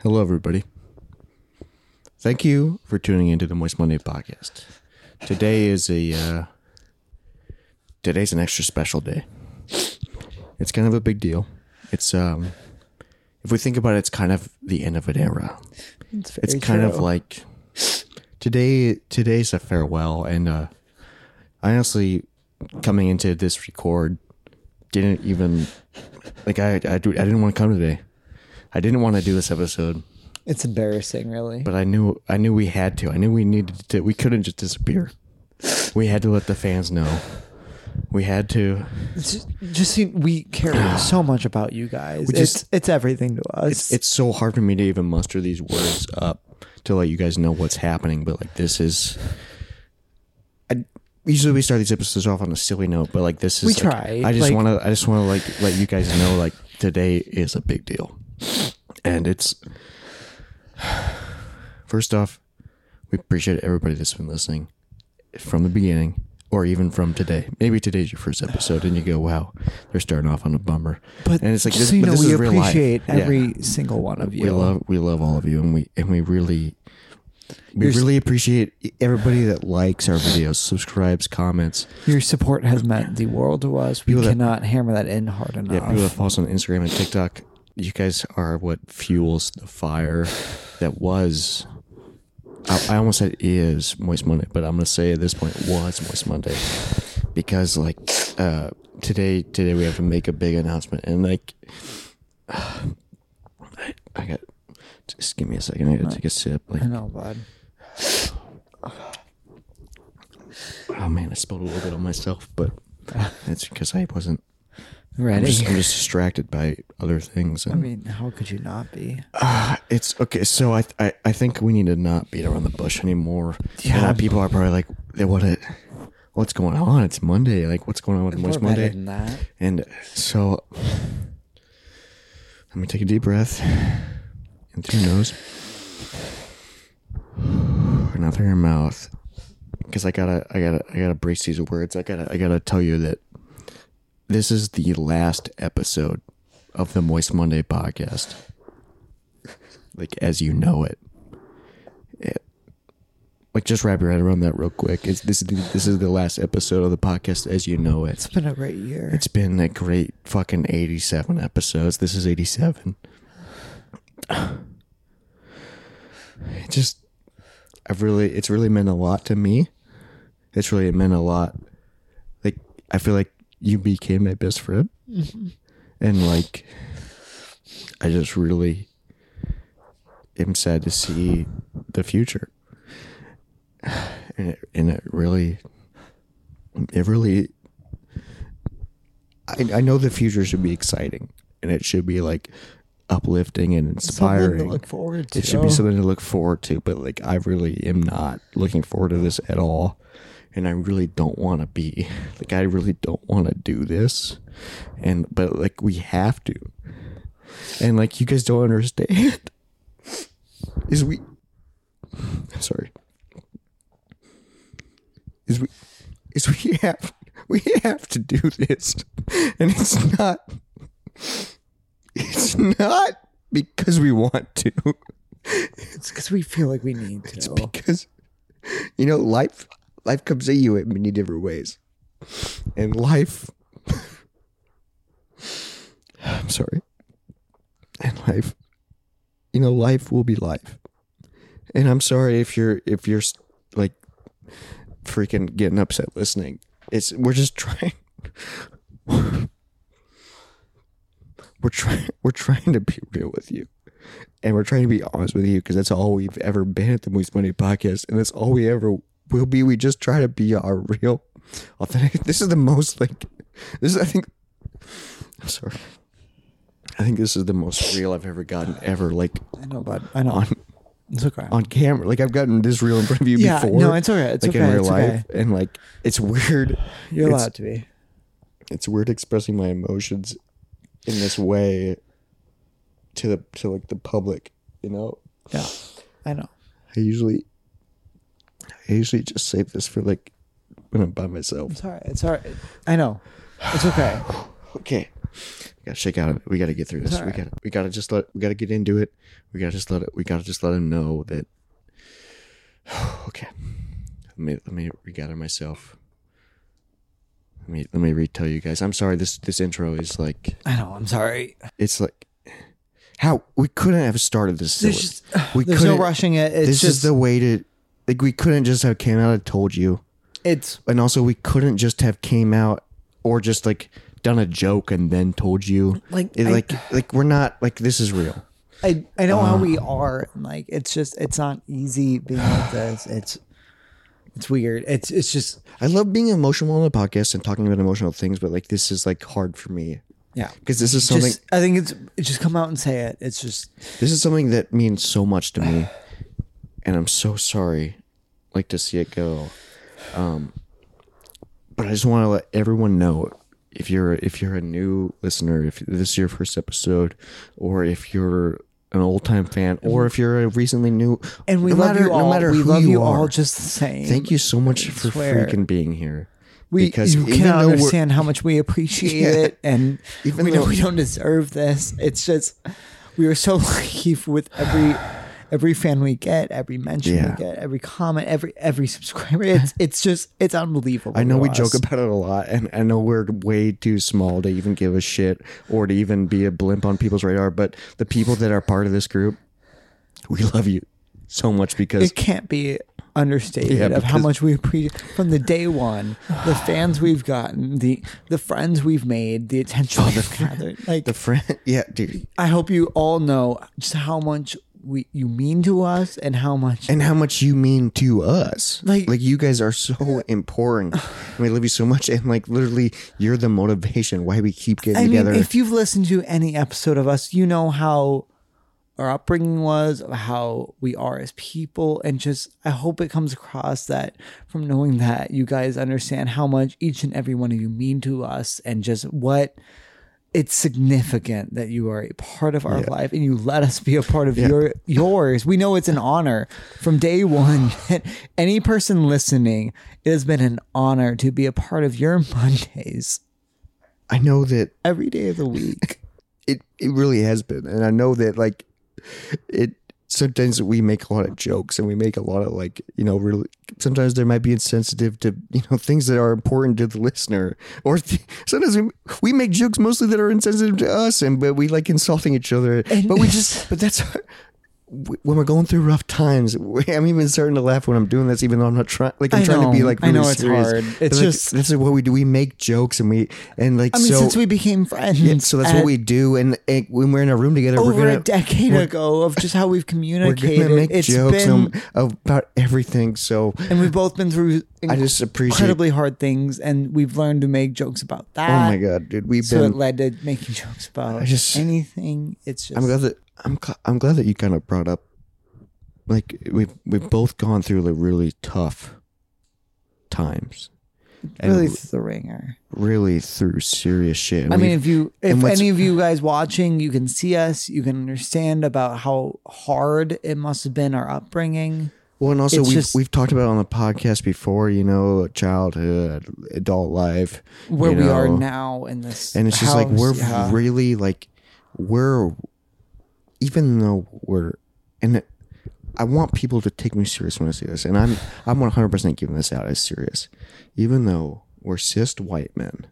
Hello, everybody. Thank you for tuning into the Moist Monday podcast. Today is a uh, today's an extra special day. It's kind of a big deal. It's um, if we think about it, it's kind of the end of an era. It's, It's kind of like today. Today's a farewell, and uh, I honestly, coming into this record, didn't even like I. I, do, I didn't want to come today. I didn't want to do this episode. it's embarrassing, really. but I knew I knew we had to. I knew we needed to. We couldn't just disappear. We had to let the fans know. We had to. It's just, just see, we care so much about you guys. just- it's it's everything to us. It's so hard for me to even muster these words up to let you guys know what's happening. But like this is. I usually we start these episodes off on a silly note, but like this is. We like- try, I just like- want to. I just want to like let you guys know like today is a big deal, and it's. First off, we appreciate everybody that's been listening from the beginning or even from today. Maybe today's your first episode and you go, wow, they're starting off on a bummer. but and it's like, this, just so you but know, this we is real life. appreciate Yeah. every single one of you. We love, we love all of you and we, and we really, we You're s- really appreciate everybody that likes our videos, subscribes, comments. Your support has meant the world to us. We People that- cannot hammer that in hard enough. Yeah, people that follow us on Instagram and TikTok, you guys are what fuels the fire that was. I, I almost said is Moist Monday, but I'm gonna say at this point was Moist Monday because like uh, today today we have to make a big announcement and like I, I got just give me a second I gotta take a sip like I know, bud. oh man I spilled a little bit on myself but that's because I wasn't I'm Ready? just, I'm just distracted by other things and uh, I mean, how could you not be? It's okay. So I, I I think we need to not beat around the bush anymore. Yeah. A lot of people are probably like, they what it, what's going on? It's Monday. Like, what's going on with Moist We're better Monday? than that. And so, let me take a deep breath in through your nose and out through your mouth, because I gotta I gotta I gotta brace these words. I gotta I gotta tell you that this is the last episode of the Moist Monday podcast, like as you know it. It- Like just wrap your head around that real quick. It's, this is the, this is the last episode of the podcast as you know it. It's been a great year. It's been a great fucking 87 episodes. This is 87. It just, I've really, it's really meant a lot to me. It's really meant a lot. Like, I feel like you became my best friend. And like, I just really am sad to see the future. And it, and it really, it really I, I know the future should be exciting and it should be like uplifting and something inspiring. to look forward to. it should be something to look forward to, but like I really am not looking forward to this at all. And I really don't want to be like I really don't want to do this. And but like we have to. And like you guys don't understand. Is we sorry. Is we is we have we have to do this. And it's not it's not because we want to. It's because we feel like we need to. Because you know, life life comes at you in many different ways. And life I'm sorry. And life you know, life will be life. And I'm sorry if you're if you're like freaking getting upset listening. It's we're just trying we're trying we're trying to be real with you and we're trying to be honest with you because that's all we've ever been at the Moose Money podcast, and that's all we ever will be. We just try to be our real, authentic. This is the most like, this is I think. I'm sorry. I think this is the most real I've ever gotten ever, like I know, bud. I know. on it's okay. on camera. Like I've gotten this real in front of you Yeah, before. no, it's okay. It's like in okay, real it's okay. life, and like it's weird. You're it's- allowed to be. It's weird expressing my emotions in this way to the to like the public, you know. Yeah, I know. I usually I usually just save this for like when I'm by myself. It's all right. It's all right. I know. It's okay. Okay. We gotta shake out. of it. We gotta get through this. All We right. gotta. We gotta just let. We gotta get into it. We gotta just let it. We gotta just let him know that. okay. Let me let me regather myself. Let me let me retell you guys. I'm sorry. This this intro is like I know. I'm sorry. it's like how we couldn't have started this. There's silly. just we there's no couldn't- rushing it. It's this just is the way to like we couldn't just have came out and told you it's and also we couldn't just have came out or just like done a joke and then told you Like, It- I- like like we're not like this is real I I know how Ah. we are. and, Like it's just it's not easy being like this. It's it's weird. It's it's just i love being emotional on the podcast and talking about emotional things but like this is like hard for me yeah. because this is something Just, I think it's just come out and say it. It's just this is something that means so much to me and i'm so sorry like to see it go um but i just want to let everyone know if you're if you're a new listener if this is your first episode or if you're an old time fan or if you're a recently new Mm-hmm. and we no love matter, you all. no matter we who love you, are, all just the same. thank you so much for swear. freaking being here We because you even can't though we're- understand how much we appreciate Yeah. it, and Even we know though- we don't deserve this. It's just we are so lucky with every every fan we get, every mention Yeah. we get, every comment, every every subscriber. It's it's just it's unbelievable. I know to we us. joke about it a lot, and I know we're way too small to even give a shit or to even be a blimp on people's radar. But the people that are part of this group, we love you so much because it can't be understated Yeah, of how because- much we appreciate from the day one the fans we've gotten the the friends we've made the attention we've gathered like Oh, the friend, yeah, dude, i hope you all know just how much we you mean to us and how much and how much you mean to us. Like- like you guys are so important. and we love you so much, and like literally, you're the motivation why we keep getting I together. mean, if you've listened to any episode of us, you know how our upbringing was, of how we are as people, and just I hope it comes across that from knowing that you guys understand how much each and every one of you mean to us, and just what it's significant that you are a part of our life and you let us be a part of your yours. We know it's an honor from day one. any person listening, it has been an honor to be a part of your Mondays I know that every day of the week. it it really has been and i know that like it sometimes we make a lot of jokes and we make a lot of like you know really sometimes there might be insensitive to you know things that are important to the listener or th- sometimes we, we make jokes mostly that are insensitive to us and but we like insulting each other but we just but that's our, when we're going through rough times i'm even starting to laugh when i'm doing this even though i'm not trying like i'm I trying to be know. like I really know it's serious. hard. But, It's like, just- that's what we do we make jokes and we and like I mean, so since we became friends, so that's what at- we do, and, and when we're in a room together, over we're gonna a decade ago of just how we've we're communicated. gonna make It's jokes been, um, about everything. So and we've both been through I just appreciate. incredibly hard things, and we've learned to make jokes about that. oh my god, dude, we've So it been. led to making jokes about just- anything. It's just I'm glad that I'm. cl- I'm glad that you kind of brought up. Like we've we've both gone through the really tough times, and really really, it's the ringer. through serious shit. And I mean, we've- if you, and if what's- any of you guys watching, you can see us, you can understand about how hard it must have been our upbringing. Well, and also It's we've just- we've talked about it on the podcast before, you know, childhood, adult life, Where you we are know. now in this, and it's just like house, we're yeah. really like we're even though we're and I want people to take me serious when I say this, and I'm I'm 100 percent giving this out as serious, even though we're cis white men.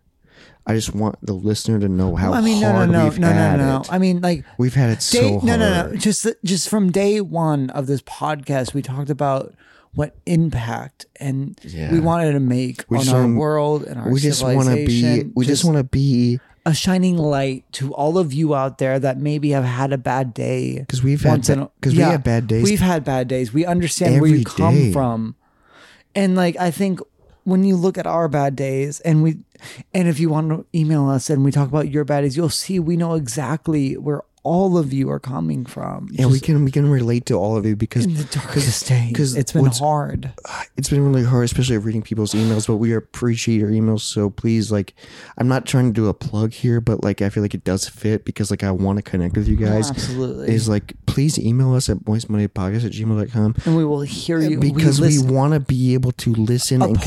I just want the listener to know how I mean, no, no, hard no, we've no, no, had no, no. it. I mean, like We've had it so day, hard. no, no, no. Just, just from day one of this podcast, we talked about what impact and Yeah. we wanted to make We on just our wanna- world and our We just want to be. civilization. We just want to be a shining light to all of you out there that maybe have had a bad day. because we've had Once in a- because yeah, we had bad days. We've had bad days. We understand where Every you come day. from. And like I think when you look at our bad days and we and if you want to email us and we talk about your bad days, you'll see we know exactly where all of you are coming from. Yeah, we can we can relate to all of you because in the darkest day, 'cause because it's been what's- hard. it's been really hard, especially reading people's emails, but we appreciate your emails. So please, like, I'm not trying to do a plug here, but like, I feel like it does fit because like I want to connect with you guys. Absolutely. Is like, please email us at moistmoneypodcast at gmail.com and we will hear you because we, listen- want to be able to listen and Apart.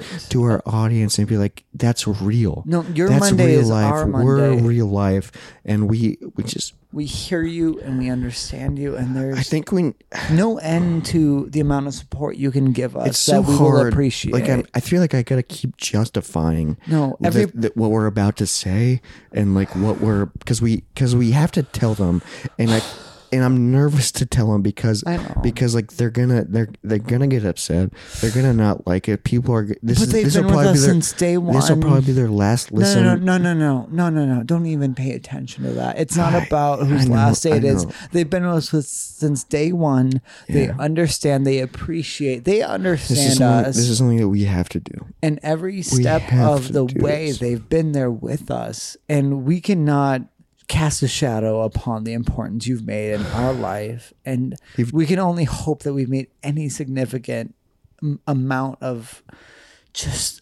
connect to our audience and be like, that's real. No, your that's Monday is our We're Monday. real life. And we, we just, we hear you and we understand you, and I there's think we, no end to the amount of support you can give us it's that so we hard. will appreciate. Like I'm, I feel like I gotta keep justifying. No, the- every- the- what we're about to say and like what we're because we because we have to tell them, and I and I'm nervous to tell them because I know. because like they're gonna they're they're gonna get upset. They're gonna not like it. People are. This But is they've this been will with probably us be their, since day This will one. probably be their last no, listen. no, no, no, no, no, no, no, no. Don't even pay attention to that. It's not about whose know, last day I it is. know. They've been with us with- since day one. They Yeah. understand. They appreciate. They This is understand something, us. this is something that we have to do. and every step have of to the do way this. they've been there with us and we cannot cast a shadow upon the importance you've made in our life and You've- we can only hope that we've made any significant m- amount of just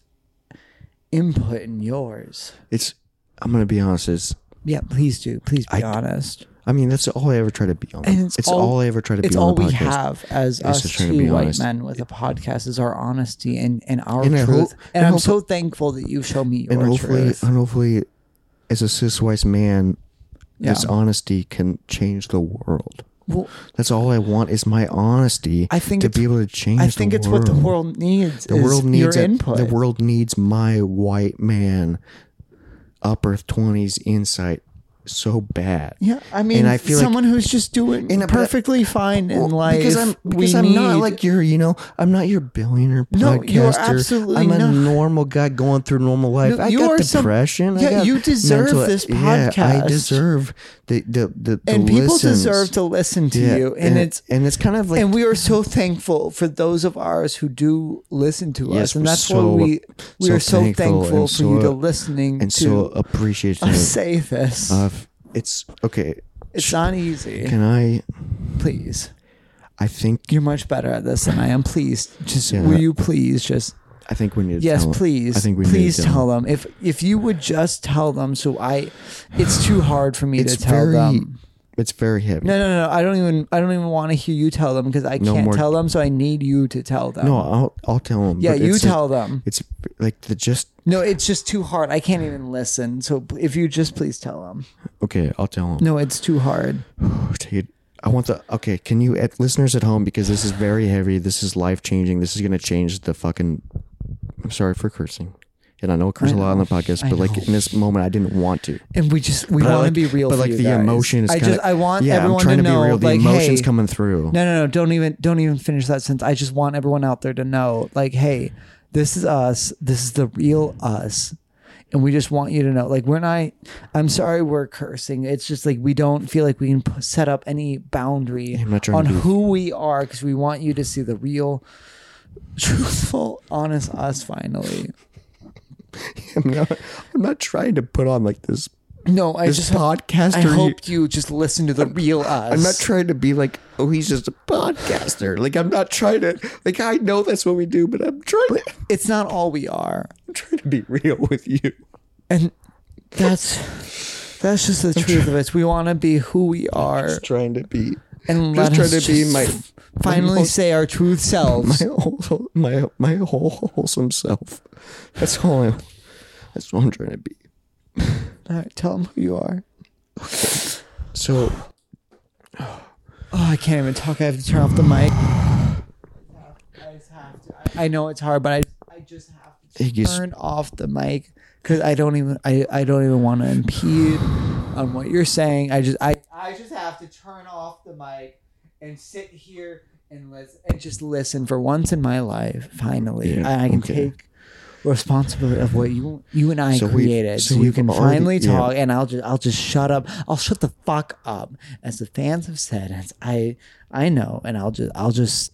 input in yours It's. I'm gonna be honest. It's. yeah please do please be I- honest I mean, that's all I ever try to be on. And it's all- all, I ever try to be it's on. all the we podcast. have as us to try to be two white honest. men with a podcast is our honesty and, and our And I truth hope- and, and i'm hope- so thankful that you've shown me your and hopefully, truth and hopefully, as a cis white man, Yeah. this honesty can change the world. Well, That's all I want is my honesty. I think to it's- be able to change. I think the it's world. what the world needs. The world needs your it. input. The world needs my white man, upper twenties insight so bad. Yeah, I mean, and I feel like- someone who's just doing And I- but I- perfectly fine in Well, life. because I'm because we I'm not need- like your you know I'm not your billionaire No, podcaster. you are absolutely I'm a not. normal guy going through normal life. No, I you got are some- depression. I Yeah, got you deserve mental- e-, this Yeah, podcast. I deserve the the the, the and people listens. deserve to listen to Yeah, you, and, it's. and it's kind of like and we are so thankful for those of ours who do listen to Yes, us, and we're that's so- why we we so are so thankful thankful, for and you to so- listening and to so us appreciative say this. of it's okay. it's not easy. Can I? please, I think you're much better at this than I am. Please, just Yeah. will you please just I think we need. To Yes, tell- please. I think we please need to tell them. If if you would just tell them, so I, it's too hard for me It's to tell very. them. It's very heavy. No, no, no. I don't even. I don't even want to hear you tell them because I No can't more- tell them. So I need you to tell them. No, I'll I'll tell them. yeah, you tell them. them. It's like the just No, it's just too hard. I can't even listen. So if you just please tell them. okay. I'll tell them. No, it's too hard. Dude, I want the okay. Can you at listeners at home because this is very heavy. This is life changing. This is gonna change the fucking. I'm sorry for cursing, and I know I curse a lot on the podcast, I but like know. in this moment, I didn't want to. And we just we But I want to like- be real. but for like you the guys. emotion is. I kinda, just I want yeah, everyone I'm trying to, know be real. The like emotions hey, coming through. No, no, no. Don't even don't even finish that sentence. I just want everyone out there to know, like, hey, this is us. This is the real us. And we just want you to know, like, we're not. I'm sorry, we're cursing. It's just like we don't feel like we can p- set up any boundary I'm not trying on to be- who we are because we want you to see the real, truthful, honest us. Finally, I'm, not, I'm not trying to put on like this. no, I This just podcaster. I you- hope you just listen to the real us. I'm not trying to be like, oh, he's just a podcaster. Like I'm not trying to. Like I know that's what we do, but I'm trying. to, it's not all we are. I'm trying to be real with you. and that's that's just the truth of it. We want to be who we are Trying to be. and let just trying us to be just my finally my, say our truth selves. whole- my my whole wholesome self. That's all I. That's what I'm trying to be. All right, tell them who you are. So Oh, I can't even talk. I have to turn off the mic. I just have to. I I know it's hard, but I I just have to It gets- turn off the mic because I don't even I, I don't even want to impede on what you're saying. I just I I just have to turn off the mic and sit here and listen and just listen for once in my life. Finally, Yeah, I, I can okay. take responsibility of what you you and I So we've- created. so So, you we've can already- finally yeah. talk, and I'll just I'll just shut up. I'll shut the fuck up, as the fans have said. As I I know, and I'll just I'll just.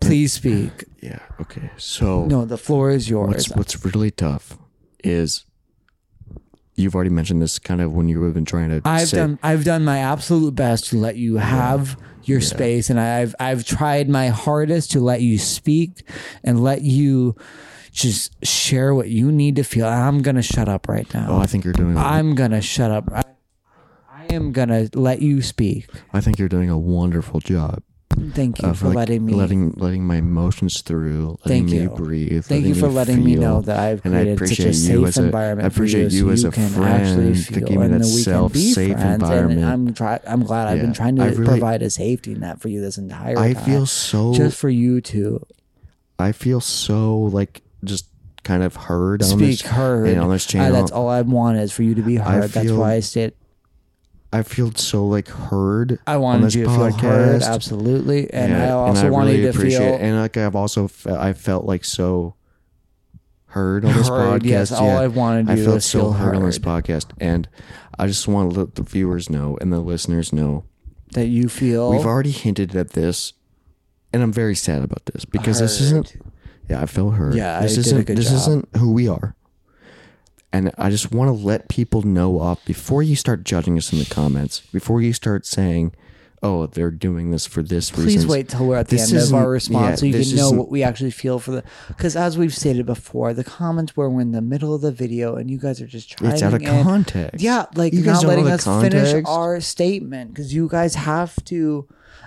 Please speak. yeah, okay. So No, the floor is yours. what's what's really tough is you've already mentioned this kind of when you've been trying to I've say, done I've done my absolute best to let you have your space and I've I've tried my hardest to let you speak and let you just share what you need to feel. I'm gonna shut up right now. Oh, I think you're doing. a- I'm gonna shut up. I, I am gonna let you speak. I think you're doing a wonderful job Thank you of for like, letting me letting letting my emotions through, letting Thank me you. breathe. Thank you for letting me feel. know that I've and I created such a appreciate you safe as a- environment. I for you appreciate you so as you a can actually friend to feel, give me and that then we can self, be safe friends. And environment. I'm try- I'm glad I've been Yeah. trying to I really- provide a safety net for you this entire I time. feel so. just for you to I feel so like just kind of heard on speak this heard. and on this Uh, channel. that's all I want is for you to be heard. that's feel- why I stayed. I feel so like heard. I on wanted this you to podcast. feel heard, absolutely, and I also and wanted really you to appreciate feel it. and like I've also fe- I felt like so heard on this heard. podcast. Yes, all yeah. I wanted to I do felt was so feel heard on this heard. podcast, and I just want to let the viewers know and the listeners know That you feel we've already hinted at this, and I'm very sad about this because this isn't. Yeah, I feel heard. Yeah, I this did a isn't. good this job. isn't who we are. And I just want to let people know off before you start judging us in the comments, before you start saying, "Oh, they're doing this for this reason." Please wait till we're at the This end of isn't- our response yeah, so you this can know isn't- what we actually feel for the. Because as we've stated before, the comments were we're in the middle of the video and you guys are just trying. It's out of context. Yeah, like You guys don't not know letting the us finish context. our statement because you guys have to.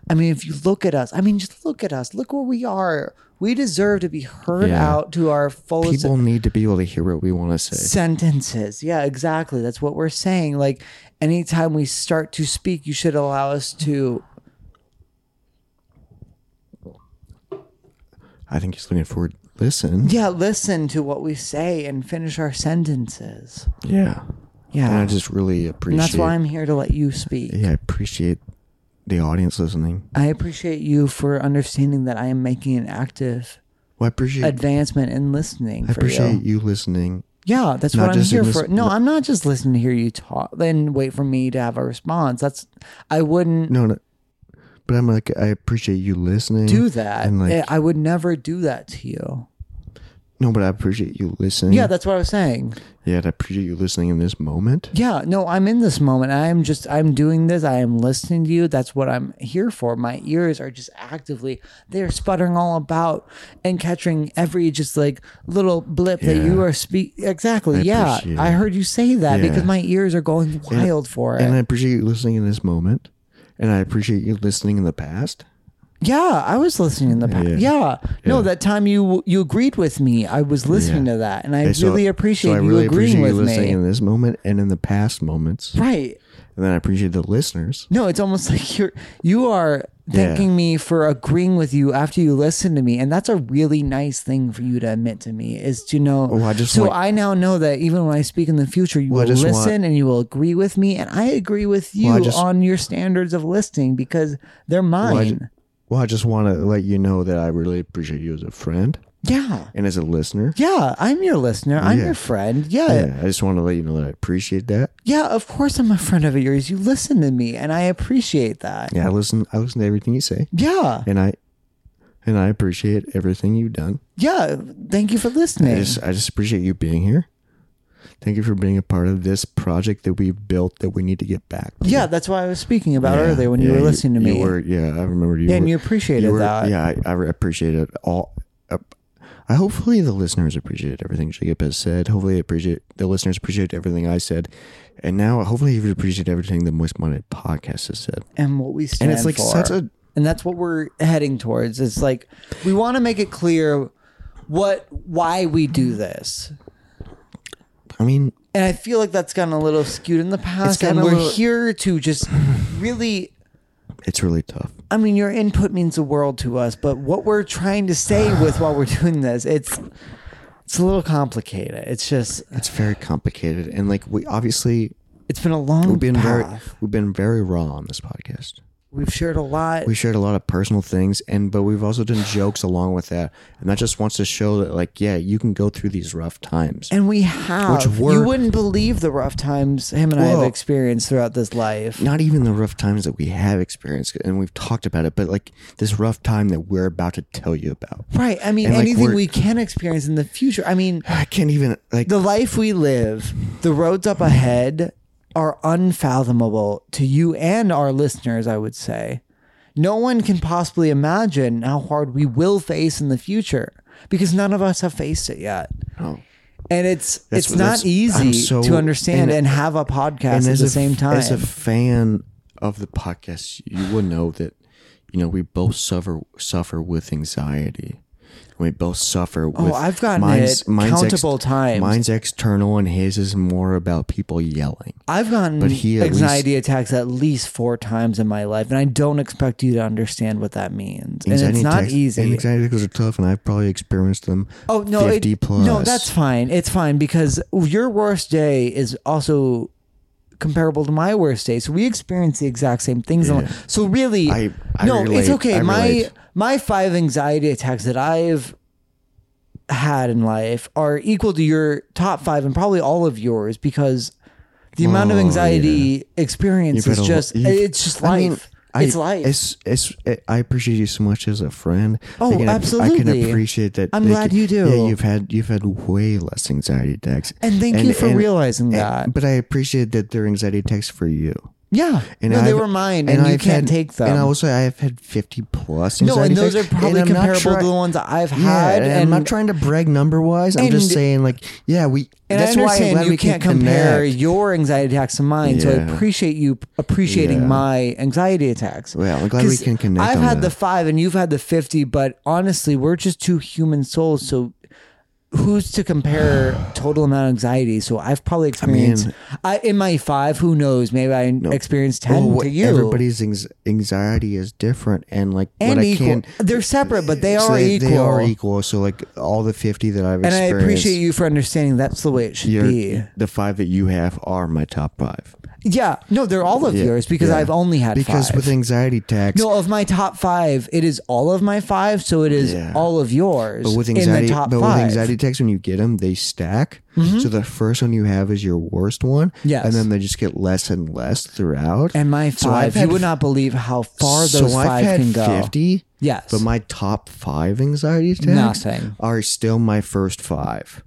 I mean, if you look at us, I mean, just look at us. Look where we are. We deserve to be heard Yeah. out to our fullest People need to be able to hear what we want to say. sentences. Yeah, exactly. That's what we're saying. Like anytime we start to speak, you should allow us to I think he's looking forward. Listen. Yeah, listen to what we say and finish our sentences. Yeah. And I Yeah. just really appreciate. And that's why I'm here to let you speak. yeah, I appreciate the audience listening. I appreciate you for understanding that I am making an active Well, I appreciate. advancement in listening I for appreciate you you. listening. Yeah, that's Not what I'm just here in this- for. No, I'm not just listening to hear you talk then wait for me to have a response. That's I wouldn't No, no. But I'm like, I appreciate you listening. do that. Mm-hmm. Eh, And like, I would never do that to you. no, but I appreciate you listening. Yeah, that's what I was saying. Yeah, and I appreciate you listening in this moment. Yeah, no, I'm in this moment. I'm just, I'm doing this. I am listening to you. That's what I'm here for. My ears are just actively, they're sputtering all about and catching every just like little blip that you Yeah. are speak. Exactly. yeah. appreciate I it. heard you say that Yeah. because my ears are going wild for it. And I appreciate you listening in this moment. And I appreciate you listening in the past. yeah. I was listening in the past. Yeah. Yeah. No, that time you, you agreed with me. I was listening to that and I Okay, so- really appreciate so I you really agreeing appreciate you with listening me. in this moment and in the past moments. right. And then I appreciate the listeners. No, it's almost like you're you are thanking me for agreeing with you after you listen to me, and that's a really nice thing for you to admit to me is to know. Oh, I just so want- I now know that even when I speak in the future, you I will just listen want- and you will agree with me, and I agree with you I just- on your standards of listening because they're mine. I ju- Well, I just want to let you know that I really appreciate you as a friend yeah, and as a listener. yeah, I'm your listener. I'm Yeah. your friend. Yeah, I just want to let you know that I appreciate that. yeah, yeah. Of course, I'm a friend of yours. You listen to me, and I appreciate that. Yeah, I listen. I listen to everything you say, Yeah, and I and I appreciate everything you've done. yeah. Thank you for listening. I just I just appreciate you being here. Thank you for being a part of this project that we built that we need to get back. to. Yeah, that's why I was speaking about Yeah, earlier when yeah, you were listening to you me. were- yeah, I remember you. yeah, and were- you appreciated were- that. Yeah, I, I appreciate it all. uh, I hopefully the listeners appreciated everything Jacob has said. Hopefully, they appreciate the listeners appreciate everything I said, and now hopefully you appreciate everything the Moist Minded podcast has said. And what we stand And it's like for. such a and that's what we're heading towards. It's like we want to make it clear what why we do this. I mean, And I feel like that's gotten a little skewed in the past. gotten a And we're little- here to just really it's really tough. I mean, your input means the world to us, but what we're trying to say with while we're doing this, it's it's a little complicated. It's just It's very complicated, and like we obviously it's been a long we've been path. very we've been very raw on this podcast. We've shared a lot. we shared a lot of personal things and but we've also done jokes along with that and that just wants to show that like yeah you can go through these rough times and we have. Which were- you wouldn't believe the rough times him and I have Whoa. experienced throughout this life. not even the rough times that we have experienced and we've talked about it but like this rough time that we're about to tell you about Right. I mean, And, like, anything we're- we can experience in the future. I mean, i can't even like the life we live, the roads up ahead are unfathomable to you and our listeners, I would say. No one can possibly imagine how hard we will face in the future because none of us have faced it yet. oh. And it's That's- it's not that's- easy I'm so- to understand and, and- have a podcast at the a, same time. as a fan of the podcast you will know that you know we both suffer suffer with anxiety we both suffer with Oh, I've gotten it countable times. mine's external and his is more about people yelling I've gotten But he at anxiety attacks at least four times in my life, and I don't expect you to understand what that means. And it's Anxiety not attacks- easy. And anxiety attacks are tough, and I've probably experienced them. Oh no, it- fifty plus. no, that's fine. It's fine because your worst day is also comparable to my worst day. So we experience the exact same things. in Yeah. life. So really, I- I no, it's relate. okay. I my relate. my five anxiety attacks that I've had in life are equal to your top five and probably all of yours because the amount of Oh, anxiety experience You've had is a lo- just you've- it's just I mean, life. I- it's life. It's, it's, it, I appreciate you so much as a friend. Oh, I can, ap- I absolutely. can appreciate that. I'm they glad can- you do. Yeah, you've had you've had way less anxiety attacks, and thank you for realizing that. But I appreciate that they're anxiety attacks for you. yeah, And no, they I've- were mine, and, you I've had- can't take them. And also, I have had fifty plus. No, and anxiety those are attacks, probably and I'm not comparable try- to the ones that I've Yeah, had. and, and I'm not trying to brag number wise. I'm just And- saying, like, yeah, we. and that's I why I'm understand glad you we can't can compare connect. your anxiety attacks to mine. So I Yeah. appreciate you p- appreciating Yeah. my anxiety attacks. Well, I'm glad we 'Cause can connect I've on had the that. five and you've had the 50, but honestly, we're just two human souls. So who's to compare total amount of anxiety? So I've probably experienced, I in my five, who knows? Maybe I experienced 10 Well, to what- you. Everybody's anx- anxiety is different, and like and what equal. I can, They're separate, but they so are equal. They are equal. So like all the fifty that I've And I experienced, appreciate you for understanding that's the way it should your- be. the five that you have are my top five Yeah, no, they're all of Yeah, yours because yeah. I've only had because five. with anxiety attacks, no, of my top five, it is all of my five, so it is Yeah. all of yours but with anxiety, in the top but five. Mm-hmm. with anxiety attacks, when you get them, they stack. So the first one you have is your worst one, Yes. and then they just get less and less throughout. and my So five, I've had you would not believe how far so those I've 5 had can go. Fifty, Yes, but my top five anxiety attacks nothing. are still my first five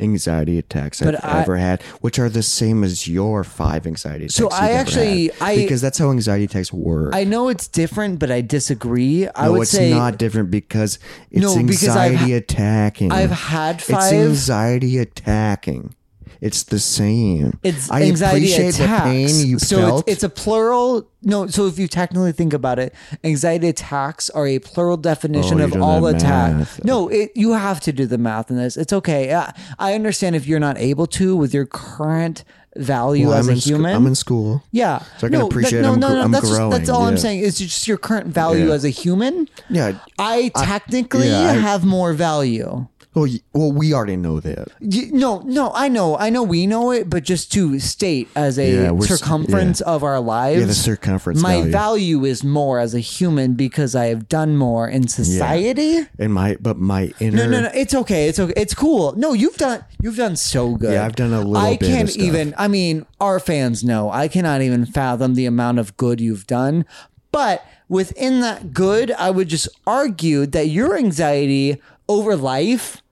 anxiety attacks But I've I- ever had, which are the same as your five anxiety attacks. So you've I ever actually- had, I- because that's how anxiety attacks work. I know it's different, but I disagree. I no, would it's say not different because it's No, because I've anxiety ha- attacking. I've had it's five. anxiety attacking. It's the same. It's I anxiety appreciate attacks. the pain you so felt. It's, it's a plural. No, so if you technically think about it, anxiety attacks are a plural definition Oh, of you're doing all that attack. math. No, it, you have to do the math in this. It's okay. I, I understand if you're not able to with your current value Well, as I'm a in sc- human. I'm in school. yeah. So I can no, appreciate that, no, I'm no, gr- no, I'm That's, just, that's growing, all I'm yeah. saying. It's just your current value Yeah. as a human. Yeah. I technically yeah, I- have more value. Well, y- well, we already know that. Y no, no, I know, I know, we know it, but just to state as a Yeah, we're s- circumference of our lives, Yeah, the circumference my value. value is more as a human because I have done more in society. and my but my inner No, no, no, it's okay, it's okay, it's cool. No, you've done, you've done so good. Yeah, I've done a little I bit of can't stuff. even. I mean, our fans know. I cannot even fathom the amount of good you've done, but within that good, I would just argue that your anxiety over life.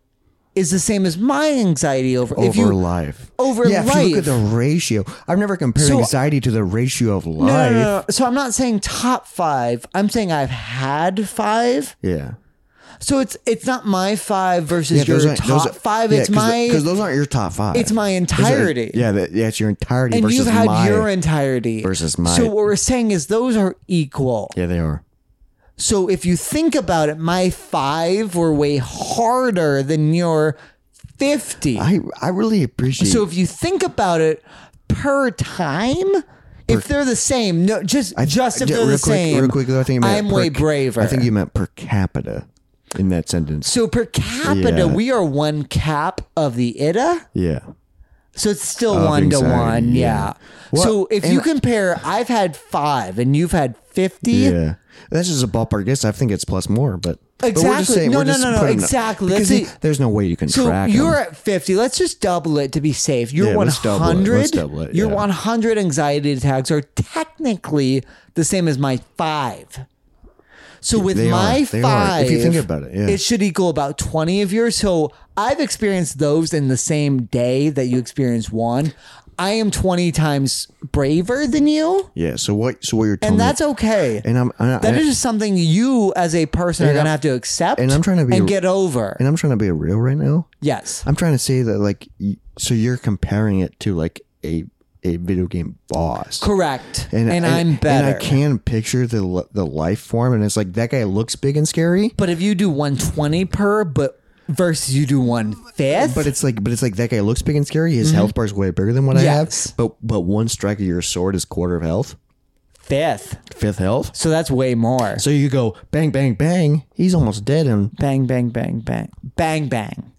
Is the same as my anxiety over, over if you life. over yeah, if you look life. at the ratio, I've never compared So- anxiety to the ratio of life. No, no, no, no. So I'm not saying top five. I'm saying I've had five. Yeah. So it's it's not my five versus Yeah, your those aren't- top those are- five. yeah, it's 'cause my the- those aren't your top five. it's my Those are- entirety. yeah, that, yeah, it's your entirety and versus you've had my. your entirety versus my- So what we're saying is those are equal. yeah, they are. So if you think about it, my five were way harder than your fifty. I I really appreciate. so if you think about it per time. If they're the same, no, just just if Yeah, they're real the quick, same. Real quick, I think you meant I'm per way ca- braver. I think you meant per capita in that sentence. So per capita, Yeah. we are one cap of the ita. Yeah. So it's still Of one to anxiety, one. Yeah. yeah. Well, so if you and- compare, I've had five and you've had 50. Yeah. That's just a ballpark guess. I think it's plus more, but but we're just Exactly. saying, No, we're no, just no, no, putting- exactly. Let's Because see. there's no way you can So track. 'em. you're at 50. Let's just double it to be safe. You're Yeah, let's double it. 100. Let's double it, Your yeah. 100 anxiety attacks are technically the same as my five. So with They are. my They are. five, If you think about it, yeah. it should equal about 20 of yours. So I've experienced those in the same day that you experienced one. I am 20 times braver than you, yeah. So what? So what you're telling and me- that's okay. and I'm and, That I, is just something you, as a person, are And going I'm- to have to accept. and I'm trying to be- and get over. and I'm trying to be real right now. yes. I'm trying to say that like y- so you're comparing it to like a a video game boss. Correct. And, I'm And better. I can picture the l- the life form, and it's like that guy looks big and scary, but if you do 120 per, but versus you do one fifth, but it's like but it's like that guy looks big and scary. His health bar is way bigger than what Mm-hmm. I Yes. have. But but one strike of your sword is quarter of health, fifth. fifth health. So that's way more. So you go bang, bang, bang. He's almost dead. And bang, bang, bang, bang, bang, bang.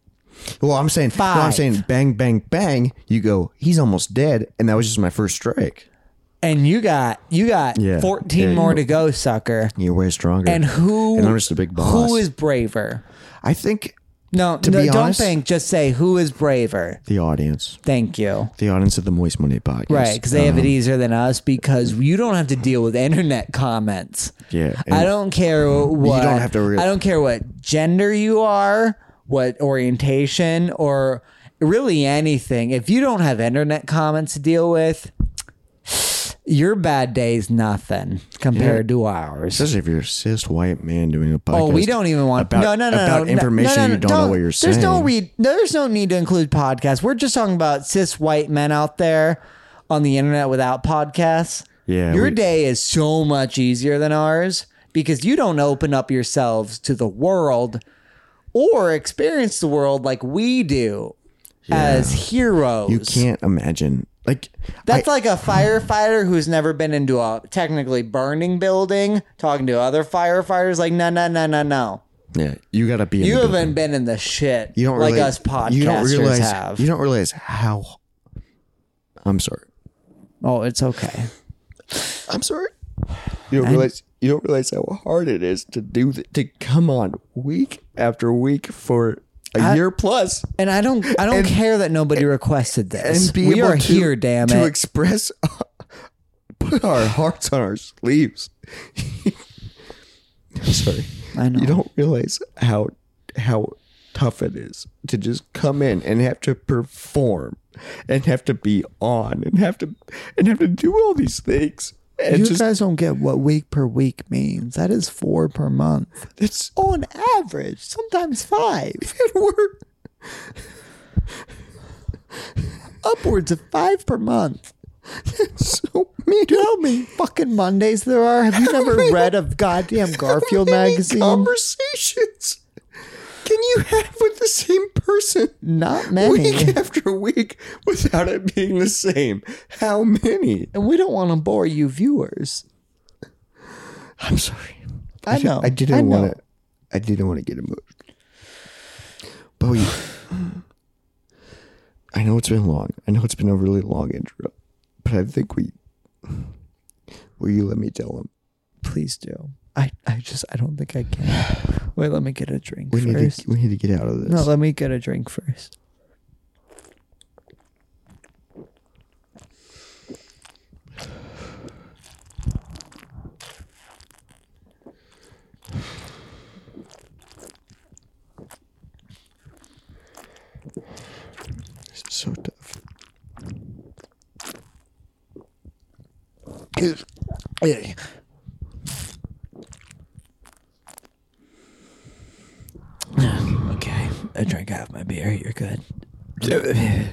well, I'm saying no, I'm Five. saying bang, bang, bang. You go. He's almost dead. And that was just my first strike. And you got you got Yeah. 14 Yeah, more you- to go, sucker. You're way stronger. And who? And I'm just a big boss. Who is braver? I think No, To no be don't honest- think. Just say who is braver. the audience, Thank you. the audience of the Moist Money podcast, Right, because they Um, have it easier than us because you don't have to deal with internet comments. Yeah, I don't care what don't have to re- I don't care what gender you are, what orientation, or really anything. If you don't have internet comments to deal with, your bad day's nothing compared to ours. especially if you're a cis white man doing a podcast. Oh, we don't even want about, no, no, no, about no, information no, no, no, you don't, know what you're saying. There's no read. No, there's no need to include podcasts. We're just talking about cis white men out there on the internet without podcasts. Yeah, your we- day is so much easier than ours because you don't open up yourselves to the world or experience the world like we do as heroes. you can't imagine like I, That's like a firefighter who's never been into a technically burning building talking to other firefighters. Like, no, no, no, no, no. yeah. You gotta be. in You the haven't been in the shit You don't like realize, us podcasters you don't realize, have. You don't realize how. I'm sorry. oh, it's okay. I'm sorry. You don't realize. You don't realize how hard it is to do th- to come on week after week for a year plus And I don't I don't care that nobody requested this. and be we able are to, here, damn to it. express, put our hearts on our sleeves. I'm sorry. I know. You don't realize how how tough it is to just come in and have to perform and have to be on and have to and have to do all these things. And just guys don't get what week per week means. That is four per month. it's On average, sometimes five. we're Upwards of five per month. so mean. You know how many fucking Mondays there are? Have you never read of goddamn Garfield Many magazine? conversations can you have with the same person Not many. week after week without it being the same? How many? and we don't want to bore you viewers. I'm sorry. I di- know. I I didn't know. want to. I didn't want to get emotional. But we, I know it's been long. I know it's been a really long intro, but I think we. Will you let me tell him? Please do. I, I just I don't think I can. Wait, let me get a drink We need first. to. We need to get out of this. No, let me get a drink first. this is so tough. Okay, I drank half my beer. You're good. Yeah,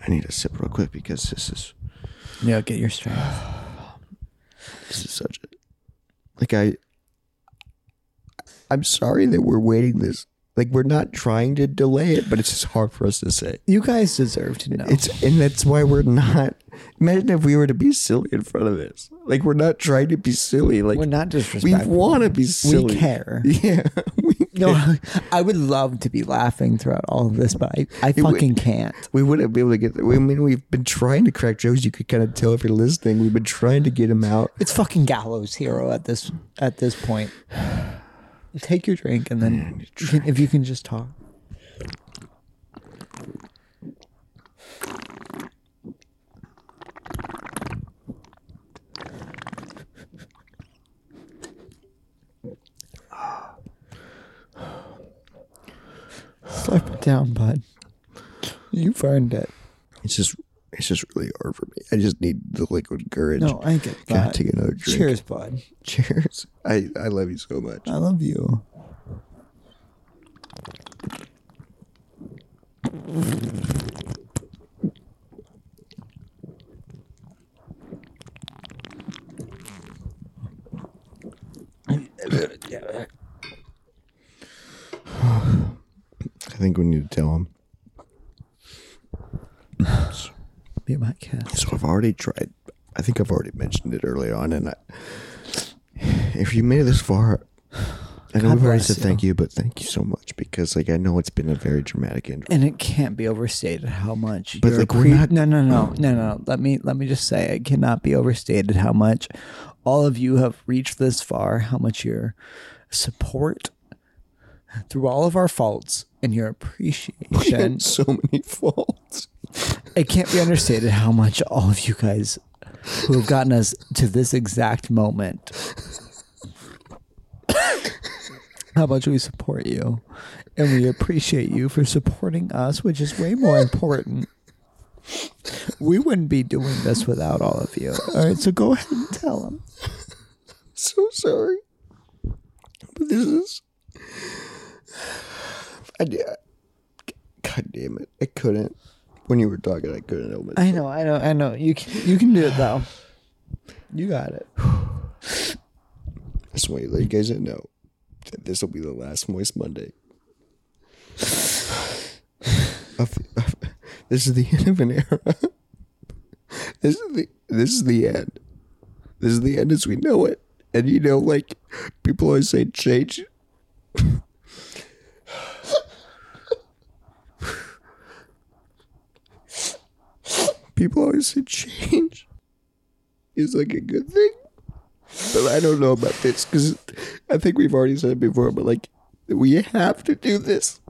I need a sip real quick because this is get your strength. this is such a like I. I'm sorry that we're waiting this. Like we're not trying to delay it, but it's just hard for us to say. You guys deserve to know. It's and that's why we're not. Imagine if we were to be silly in front of this. Like we're not trying to be silly. Like We're not we disrespectful. want to be silly. care. Yeah, we No, I would love to be laughing throughout all of this, but I, I would- fucking can't. We wouldn't be able to get. there. I mean, we've been trying to crack jokes. You could kind of tell if you're listening. We've been trying to get him out. It's fucking gallows hero at this at this point. Take your drink and then you can- if you can just talk. Slurp it down, bud. You've earned it. It's just, it's just really hard for me. I just need the liquid courage. No, I get gotta that. take another drink. Cheers, bud. Cheers. I, I love you so much. I love you. I think we need to tell him. Be my guest. So I've already tried. I think I've already mentioned it early on, and I, if you made it this far, I know God we've already bless said you. thank you, but thank you so much because like I know it's been a very dramatic intro. And it can't be overstated how much. But, your like, we're not- No, no, no, no, no. Let me let me just say it cannot be overstated how much all of you have reached this far. How much your support through all of our faults and your appreciation. so many faults. it can't be understated how much all of you guys who have gotten us to this exact moment how much we support you and we appreciate you for supporting us which is way more important we wouldn't be doing this without all of you all right so go ahead and tell them So sorry, but this is. I did. God damn it! I couldn't. When you were talking, I couldn't help it. i know i know i know you can you can do it though you got it Just want you to let you guys know that this will be the last Moist Monday. Of- of- this is the end of an era. This is the this is the end. This is the end as we know it. And you know, like people always say, change. people always say change is like a good thing but I don't know about this because I think we've already said it before, but like, we have to do this.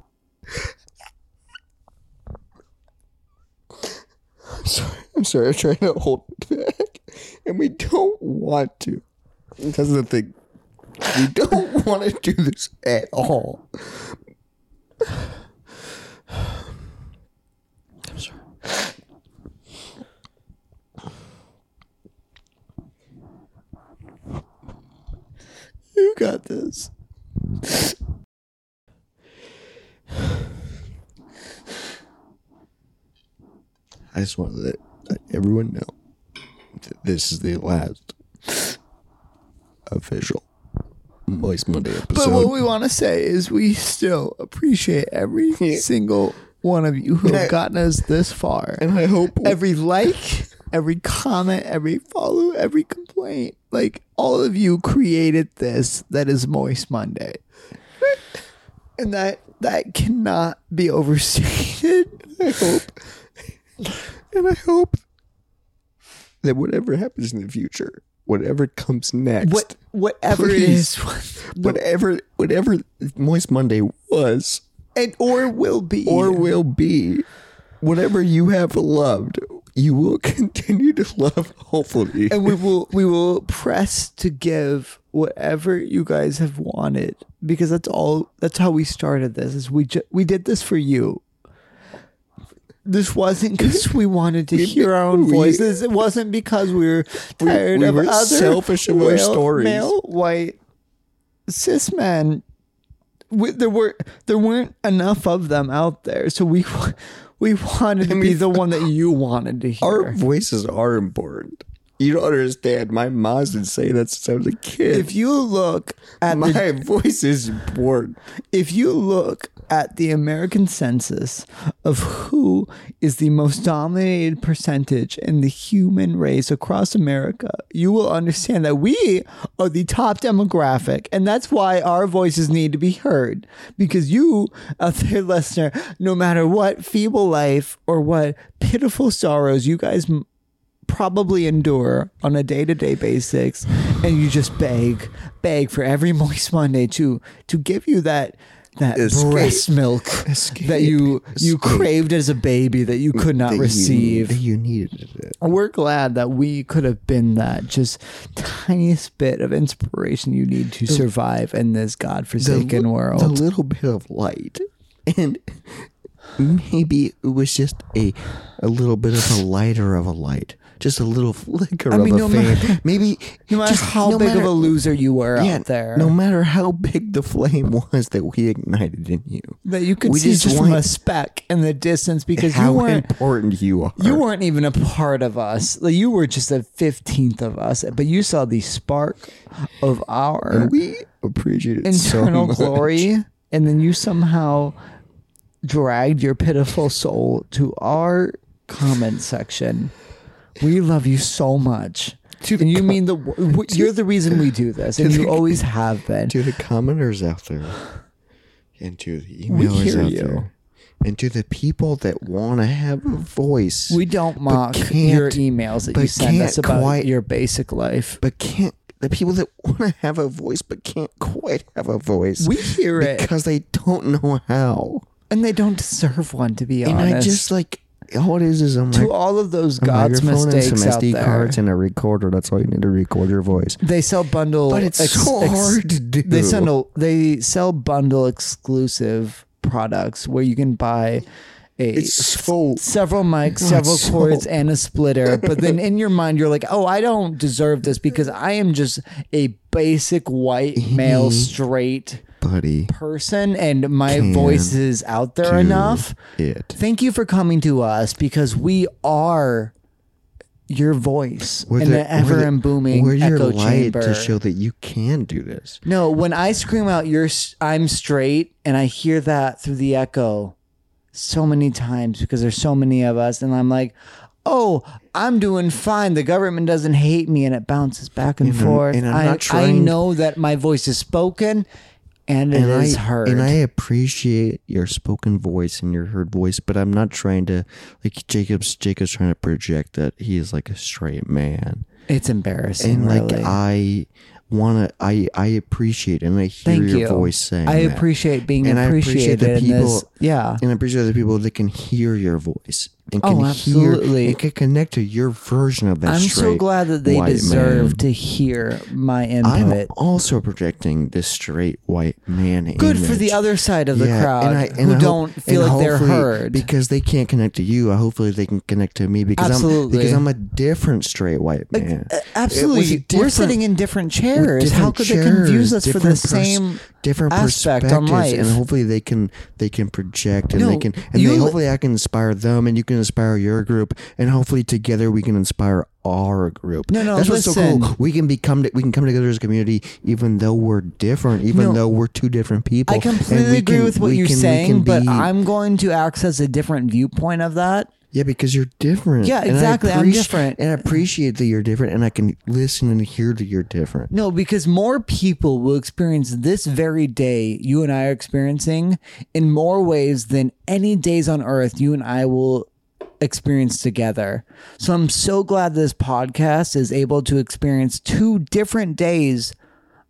I'm sorry. I'm sorry. I'm trying to hold it back, and we don't want to. That's the thing. We don't want to do this at all. I'm sorry. You got this. I just want to let let everyone know that this is the last official Moist Monday But episode. what we want to say is we still appreciate every single one of you who have gotten us this far. and I hope Every like, every comment, every follow, every complaint. Like all of you created this that is Moist Monday. And that that cannot be overstated. I hope, and I hope that whatever happens in the future, whatever comes next, What whatever Please. it is whatever, whatever Moist Monday was and or will be or will be, whatever you have loved, you will continue to love. Hopefully, and we will we will press to give whatever you guys have wanted because that's all that's how we started this is we ju- we did this for you this wasn't because we wanted to hear our own we- voices it wasn't because we were we tired of were other selfish of our male- stories. male white cis men we, there were there weren't enough of them out there so we we wanted to be the one that you wanted to hear our voices are important. You don't understand. My mom's been saying that since I was a kid. If you look at My the, voice is bored. if you look at the American census of who is the most dominated percentage in the human race across America, you will understand that we are the top demographic, and that's why our voices need to be heard. Because you, out there, listener, no matter what feeble life or what pitiful sorrows you guys m- probably endure on a day to day basis, and you just beg, beg for every moist Monday to to give you that that Escape. breast milk Escape. that you you Escape. craved as a baby that you could not That you- receive. that You needed it. We're glad that we could have been that just tiniest bit of inspiration you need to survive in this godforsaken li- world. The little bit of light. And maybe it was just a a little bit of a lighter of a light. Just a little flicker mean, of no a flame. matter- maybe no matter just- how no big of matter- a loser you were yeah, out there, No matter how big the flame was that we ignited in you. that you could we see just just, from want- a speck in the distance because you How weren't important you are. You weren't even a part of us. Like, You were just a fifteenth of us, but you saw the spark of our we appreciate it so internal much. glory, and then you somehow dragged your pitiful soul to our comment section. We love you so much, To the and you mean the wo- w- you're the reason we do this, and you always have been. to the commenters out there and to the emailers hear out you. there and to the people that want to have a voice We don't mock your can't- emails that you but send can't us about quite- your basic life. but can't the people that want to have a voice but can't quite have a voice We hear it, because they don't know how and they don't deserve one. To be and honest, i just like all it is is a, mic- to all of those a God's microphone and mistakes some out sd there. cards and a recorder that's all you need to record your voice they sell bundle, but it's ex- so ex- hard to do They sell they sell bundle exclusive products where you can buy a it's so several mics, several so- cords, and a splitter. But then in your mind, you're like, "Oh, I don't deserve this because I am just a basic white male Mm-hmm. straight buddy person, and my voice is out there enough." it Thank you for coming to us because we are your voice We're in the- the ever we're the- and booming we're your echo light chamber. to show that you can do this. no, when I scream out, "You're s- I'm straight," and I hear that through the echo so many times because there's so many of us, and I'm like, "Oh, I'm doing fine. The government doesn't hate me," and it bounces back and, And I'm- forth. and I'm I, not I trying- know that my voice is spoken, and it is And I heard. and I appreciate your spoken voice and your heard voice, but I'm not trying to like Jacob's Jacob's trying to project that he is like a straight man. it's embarrassing. And really. like I wanna I I appreciate and I hear Thank your you. voice saying I that. appreciate being And I appreciate appreciated the in this. people- Yeah. and I appreciate the people that can hear your voice and Oh, can absolutely. hear and can connect to your version of that I'm so straight glad that they white deserve man. to hear my I'm input. also projecting this straight white man. Good for the image. other side of the Yeah, crowd and I, and who I hope- don't feel and like they're hopefully- heard. because they can't connect to you. I hopefully they can connect to me because Absolutely. I'm because I'm a different straight white man. Uh, It was a Absolutely. We're different- sitting in different with chairs. How different could they chairs, confuse us for the different pers- same different aspect on perspectives, life. and hopefully they can they can project and No, they can and you they, li- hopefully I can inspire them and you can inspire your group and hopefully together we can inspire our group. No, no, that's what's so listen. cool. We can become we can come together as a community even though we're different, even No. though we're two different people. I and we completely agree can- with what we you're can- we saying, can but be- I'm going to access a different viewpoint of that. Yeah, because you're different. Yeah, And I exactly. I'm appreci- different. And I appreciate that you're different and I can listen and hear that you're different. No, because more people will experience this very day you and I are experiencing in more ways than any days on earth you and I will experience together. So I'm so glad this podcast is able to experience two different days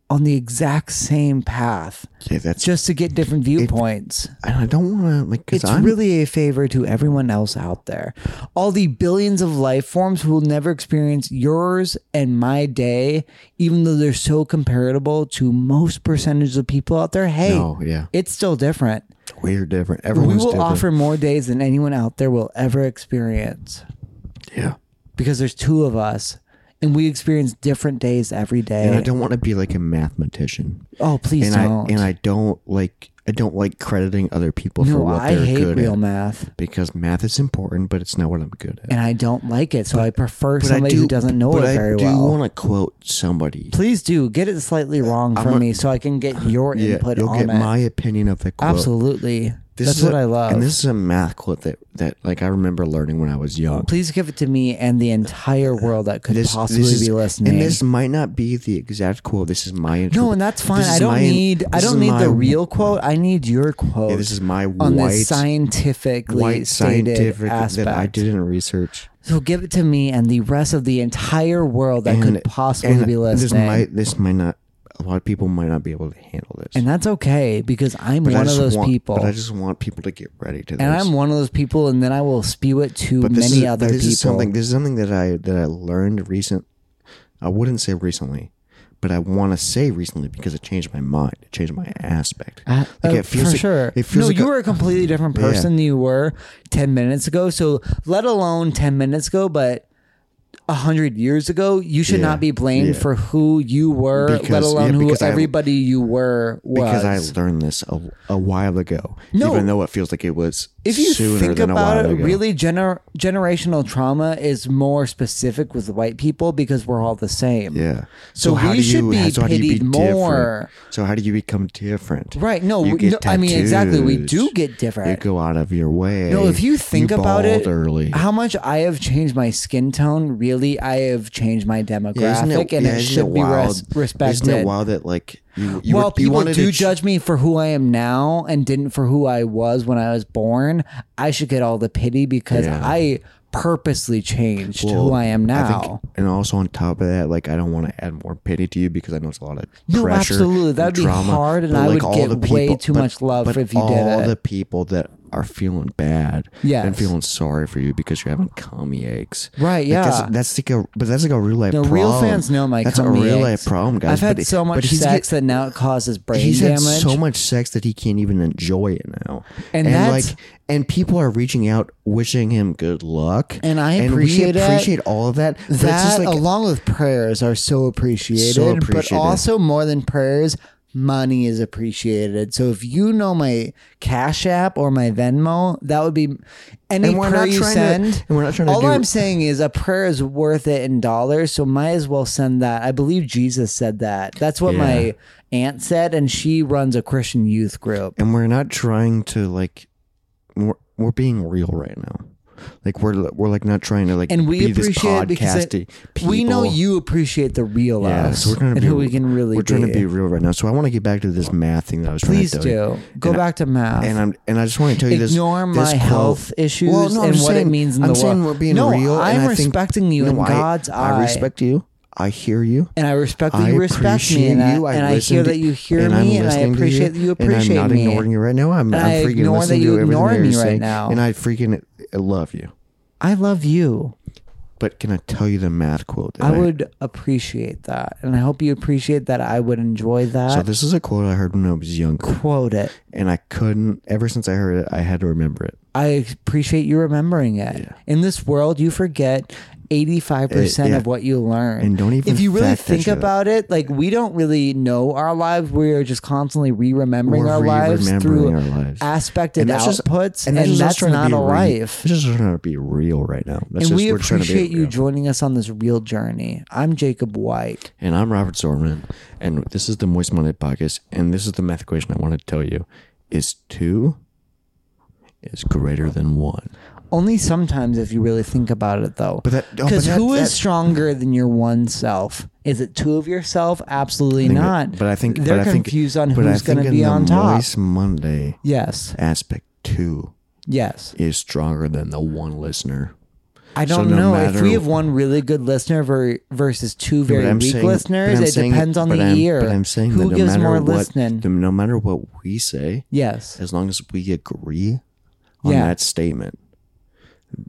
on the exact same path Yeah, that's just just to get different viewpoints. and I don't wanna like because It's I'm really a favor to everyone else out there. All the billions of life forms who will never experience yours and my day, even though they're so comparable to most percentage of people out there. Hey, No, yeah. it's still different. We're different. Everyone's we will different. offer more days than anyone out there will ever experience yeah. because there's two of us and we experience different days every day. And I don't want to be like a mathematician. oh, please And don't. I and I don't like I don't like crediting other people for No, what I they're hate good real at math, because math is important, but it's not what I'm good at. and I don't like it, so I prefer But I somebody who do- doesn't know but it I very do well. want to quote somebody. Please do get it slightly wrong for Uh, a- me, so I can get your Yeah, input you'll on get it. my opinion of the quote. Absolutely, This that's is what a- I love. And this is a math quote that that like I remember learning when I was young. Please give it to me and the entire world that could This, possibly this is, be listening. And this might not be the exact quote. This is my interpret- no, and that's fine. this is I don't my- need. I this is don't need the my- real quote. I need your quote. Yeah, this is my on the white scientifically white stated scientific aspect. that I didn't research. So give it to me and the rest of the entire world that could And- possibly and be This listening. might this might not a lot of people might not be able to handle this. and that's okay because I'm But I one of just those want- people. But I just want people to get ready to this. and I'm one of those people, and then I will spew it to but this many is, other this people. Is something, this is something that I that I learned recent. I wouldn't say recently, but I want to say recently because it changed my mind. It changed my aspect. Uh, Like, uh, it feels for like- sure. it feels no, like you a- were a completely different person than you were ten minutes ago. So let alone ten minutes ago, but a hundred years ago, you should Yeah, not be blamed yeah. for who you were, let Because- alone yeah, who because I- everybody you were was. because I learned this a, a while ago. No. even though it feels like it was if you sooner think than a about while it, ago. really gener- generational trauma is more specific with white people because we're all the same. yeah. So we should be so how do you pitied different? more. So how do you become different? Right. No, You we- get no, I mean, exactly. We tattoos. do get You different. go out of your way. No, if you think bald about it, early. how much I have changed my skin tone, really, I have changed my demographic, and yeah, it isn't should be res- wild- respected. Isn't it wild that like you, you, well, were- you people wanted do to ch- judge me for who I am now and didn't for who I was when I was born. I should get all the pity because Yeah. I purposely changed who Well, I am I now. think- and also on top of that, like I don't want to add more pity to you because I know it's a lot of No, pressure. absolutely. That and would be drama, hard, and but, I like, would all get the people, way too but- much love but if you did it. All the people that are feeling bad Yes. and feeling sorry for you because you're having commie aches. Right, Like, that's, yeah. that's like a but that's like a real life. No, problem. real fans know my That's a cum real aches. life problem, guys. I've had but, so much but he's get- sex that now it causes brain he's damage. had so much sex that he can't even enjoy it now. And that's- like and people are reaching out wishing him good luck. And I appreciate we that. appreciate all of that. But it's that just like along with prayers are so appreciated, So but appreciated. also more than prayers money is appreciated so if you know my cash app or my venmo that would be any And we're prayer not you trying to- send and we're not trying to all do- i'm saying is a prayer is worth it in dollars so might as well send that i believe jesus said that that's what Yeah. my aunt said and she runs a christian youth group and we're not trying to like we're, we're being real right now. Like we're we're like not trying to like and we be this appreciate it because it- podcasty we know people. you appreciate the real Yeah, us so we're trying to and be who we can really we're be. trying to be real right now. So I want to get back to this math thing that I was Please trying to do. do. Go And I- back to math. And I'm and I just want to tell you this. Ignore this my quote. health issues Well, no, I'm and just what saying, it means in I'm the world. saying we're being no, real. and I'm I think- respecting you in No, I- God's eye. I respect you. I hear you. and I respect that I you respect me, appreciate and, I, you. I and I listen hear to- that you hear and I'm me, and I listening to appreciate that you And appreciate I'm not me. ignoring you right now. I'm, And I'm I freaking ignore listening that you to everything ignore that me you're right saying, now. And I freaking I love you. I love you. But can I tell you the math quote? that I would appreciate that, and I hope you appreciate that. I would enjoy that. So this is a quote I heard when I was younger, Quote it. and I couldn't. Ever since I heard it, I had to remember it. I appreciate you remembering it. In this world, you forget 85% Uh, yeah. of what you learn. And don't even If you really fact that think shit up. about it, like we don't really know our lives. We are just constantly re remembering We're our lives re-remembering through our lives. aspected And that's just- outputs. and just us that's trying to not be a re- life. We're just trying to be real right now. That's and just, we we're trying to be appreciate you real. joining us on this real journey. I'm Jacob White. And I'm Robert Zorman, and this is the Moist Monday podcast, and this is the math equation I want to tell you is two is greater than one. Only sometimes if you really think about it, though. But that- oh, but Because that- who is that- stronger than your one self? Is it two of yourself? Absolutely Think that- not. But I think they're but I think- confused on but I who's going think to in be the on top. Moist Monday Yes. aspect two Yes. is stronger than the one listener. I So don't no know if matter- we have one really good listener ver- versus two very but I'm weak saying, listeners. but I'm It saying- depends on but the I'm, year. But I'm saying who that no gives matter more what, listening. the- no matter what we say, yes. as long as we agree on Yeah. that statement,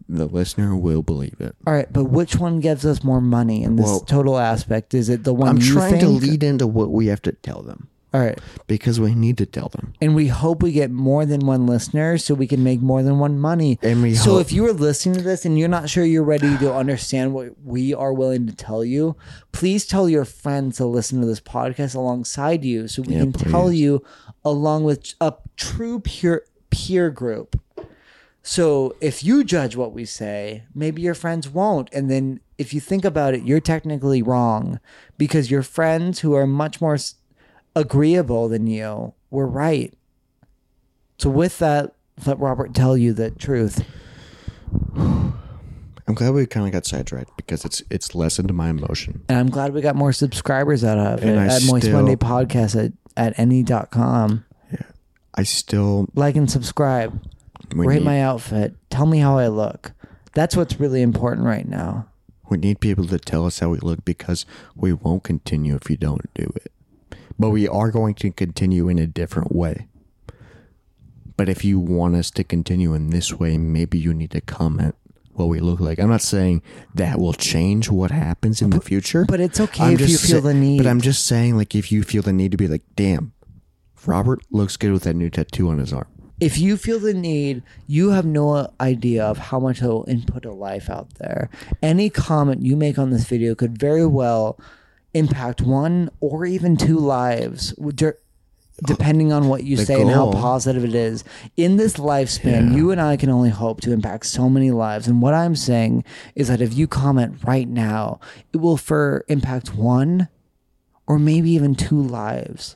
the listener will believe it. All right, but which one gives us more money in this Well, total aspect? Is it the one I'm you trying think? to lead into what we have to tell them All right, because we need to tell them. and we hope we get more than one listener so we can make more than one money. And we so hope- if you are listening to this and you're not sure you're ready to understand what we are willing to tell you, please tell your friends to listen to this podcast alongside you so we Yeah, can tell please. you along with a true peer peer group. So if you judge what we say, maybe your friends won't. And then if you think about it, you're technically wrong because your friends who are much more s- agreeable than you were right. So with that, let Robert tell you the truth. I'm glad we kind of got sidetracked because it's it's lessened my emotion. And I'm glad we got more subscribers out of And it I at Moist still- Monday Podcast at, at any.com. I still Like and subscribe. we Rate need, my outfit. Tell me how I look. That's what's really important right now. we need people to tell us how we look because we won't continue if you don't do it. But we are going to continue in a different way. But if you want us to continue in this way, maybe you need to comment what we look like. I'm not saying that will change what happens in the future. But it's okay I'm if you just feel sa- the need. But I'm just saying, like, if you feel the need to be like, damn, Robert looks good with that new tattoo on his arm. if you feel the need, you have no idea of how much it will input a life out there. Any comment you make on this video could very well impact one or even two lives, de- depending on what you The say and how goal- positive it is. In this lifespan, you and I can only hope to impact so many lives. And what I'm saying is that if you comment right now, it will for impact one or maybe even two lives.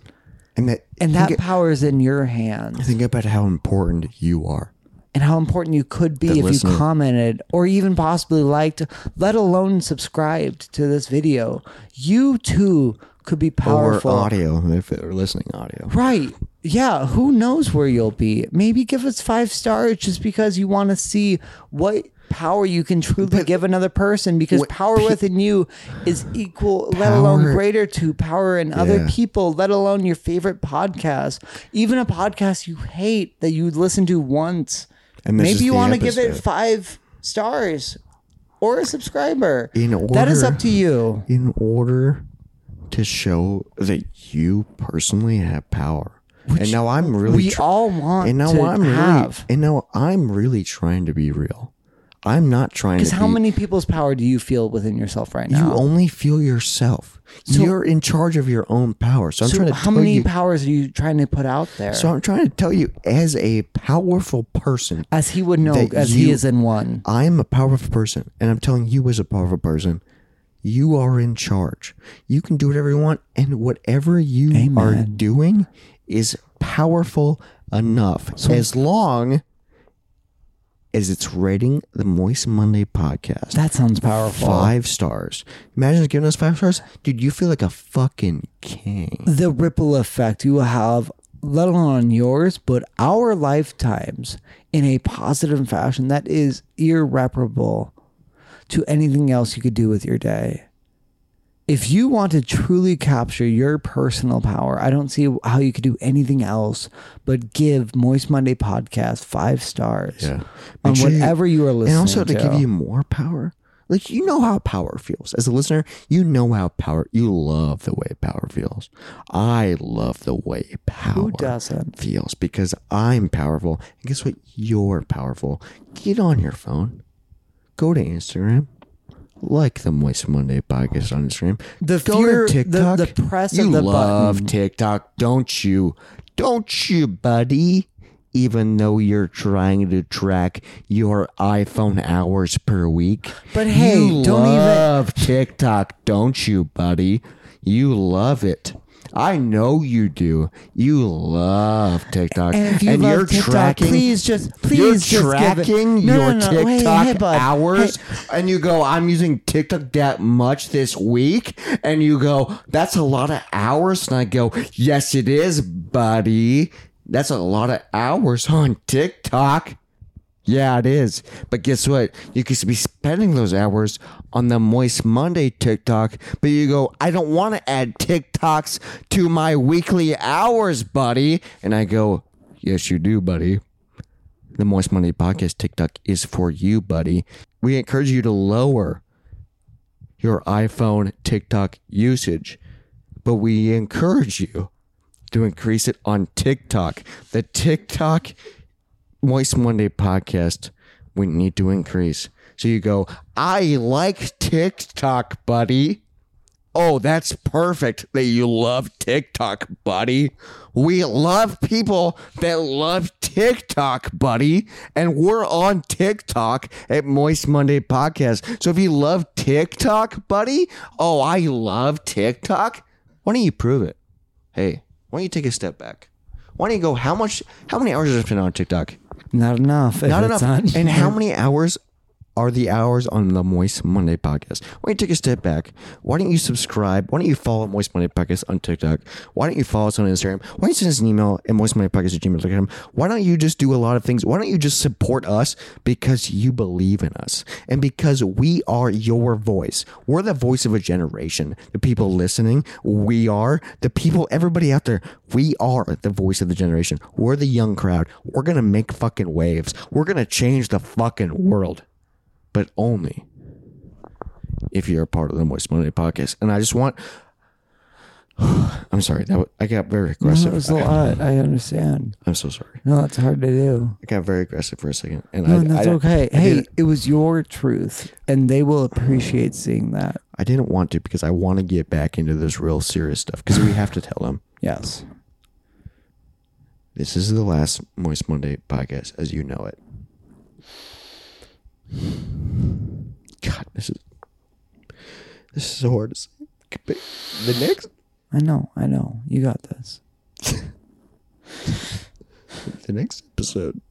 And that, And think, that power is in your hands think about how important you are. and how important you could be if listener. you commented or even possibly liked, let alone subscribed to this video. You too could be Or powerful. audio, if they're listening audio. Right. Yeah. Who knows where you'll be? Maybe give us five stars just because you want to see what power you can truly give another person because power within you is equal, let alone Power- greater to power in other Yeah. people, let alone your favorite podcast, even a podcast you hate that you listen to once. And this is Maybe you the want to give it episode. five stars or a subscriber. In that is up order- to you. in order to show that you personally have power. and now I'm really We tr- all want and now to I'm have. really and now I'm really trying to be real. I'm not trying to Because how be- many people's power do you feel within yourself right you now? only feel yourself. You're in charge of your own power. So I'm trying so to how tell many you powers are you trying to put out there? so I'm trying to tell you as a powerful person, as he would know, that as he you- is in one. I'm a powerful person and I'm telling you as a powerful person, you are in charge. You can do whatever you want and whatever you are doing is powerful enough as long as it's rating the Moist Monday podcast. That sounds powerful. Five stars. Imagine giving us five stars. Dude, you feel like a fucking king. The ripple effect you will have, let alone on yours, but our lifetimes in a positive fashion that is irreparable to anything else you could do with your day. If you want to truly capture your personal power, I don't see how you could do anything else but give Moist Monday podcast five stars. on Make sure you- whatever you, are listening and also to to give you more power like you know how power feels as a listener you know how power you love the way power feels i love the way power doesn't? feels because i'm powerful and guess what you're powerful get on your phone go to instagram like the Moist Monday podcast on Instagram. The Go fear- to the- TikTok. the press of you the love TikTok, don't you? Don't you, buddy? Even though you're trying to track your iPhone hours per week, But hey, you don't even- love TikTok, don't you, buddy? You love it. I know you do. You love TikTok, And if you love are TikTok, tracking, please just please you're just tracking give it. No, your no, no, TikTok hey, hey, bud. hours, and you go, "I'm using TikTok that much this week," and you go, "That's a lot of hours," and I go, "Yes, it is, buddy. That's a lot of hours on TikTok." Yeah, it is. But guess what? You could be spending those hours on the Moist Monday TikTok, but you go, I don't want to add TikToks to my weekly hours, buddy. And I go, Yes, you do, buddy. The Moist Monday podcast TikTok is for you, buddy. We encourage you to lower your iPhone TikTok usage, but we encourage you to increase it on TikTok. The TikTok Moist Monday podcast we need to increase. So you go, I like TikTok, buddy. Oh, that's perfect that you love TikTok, buddy. We love people that love TikTok, buddy. And we're on TikTok at Moist Monday Podcast. So if you love TikTok, buddy, oh, I love TikTok. Why don't you prove it? Hey, why don't you take a step back? Why don't you go, how much, how many hours has it been on TikTok? Not enough. if Not it's enough. on- and how many hours are the hours on the Moist Monday podcast? Why don't you take a step back? Why don't you subscribe? Why don't you follow Moist Monday podcast on TikTok? Why don't you follow us on Instagram? Why don't you send us an email at moistmondaypodcast at gmail.com? Why don't you just do a lot of things? Why don't you just support us because you believe in us and because we are your voice? We're the voice of a generation. The people listening, we are. The people, everybody out there, we are the voice of the generation. We're the young crowd. We're going to make fucking waves. We're going to change the fucking world, but only if you're a part of the Moist Monday podcast. And I just want. I'm sorry. That was, I got very No, aggressive. it was a lot. I understand. I'm so sorry. No, that's hard to do. I got very aggressive for a second, and No, I, that's I, okay. I hey, did- it. was your truth, and they will appreciate seeing that. I didn't want to because I want to get back into this real serious stuff because we have to tell them Yes. this is the last Moist Monday podcast as you know it. God, this is this is so hard to say. But The next, I know. I know. You got this. the next episode.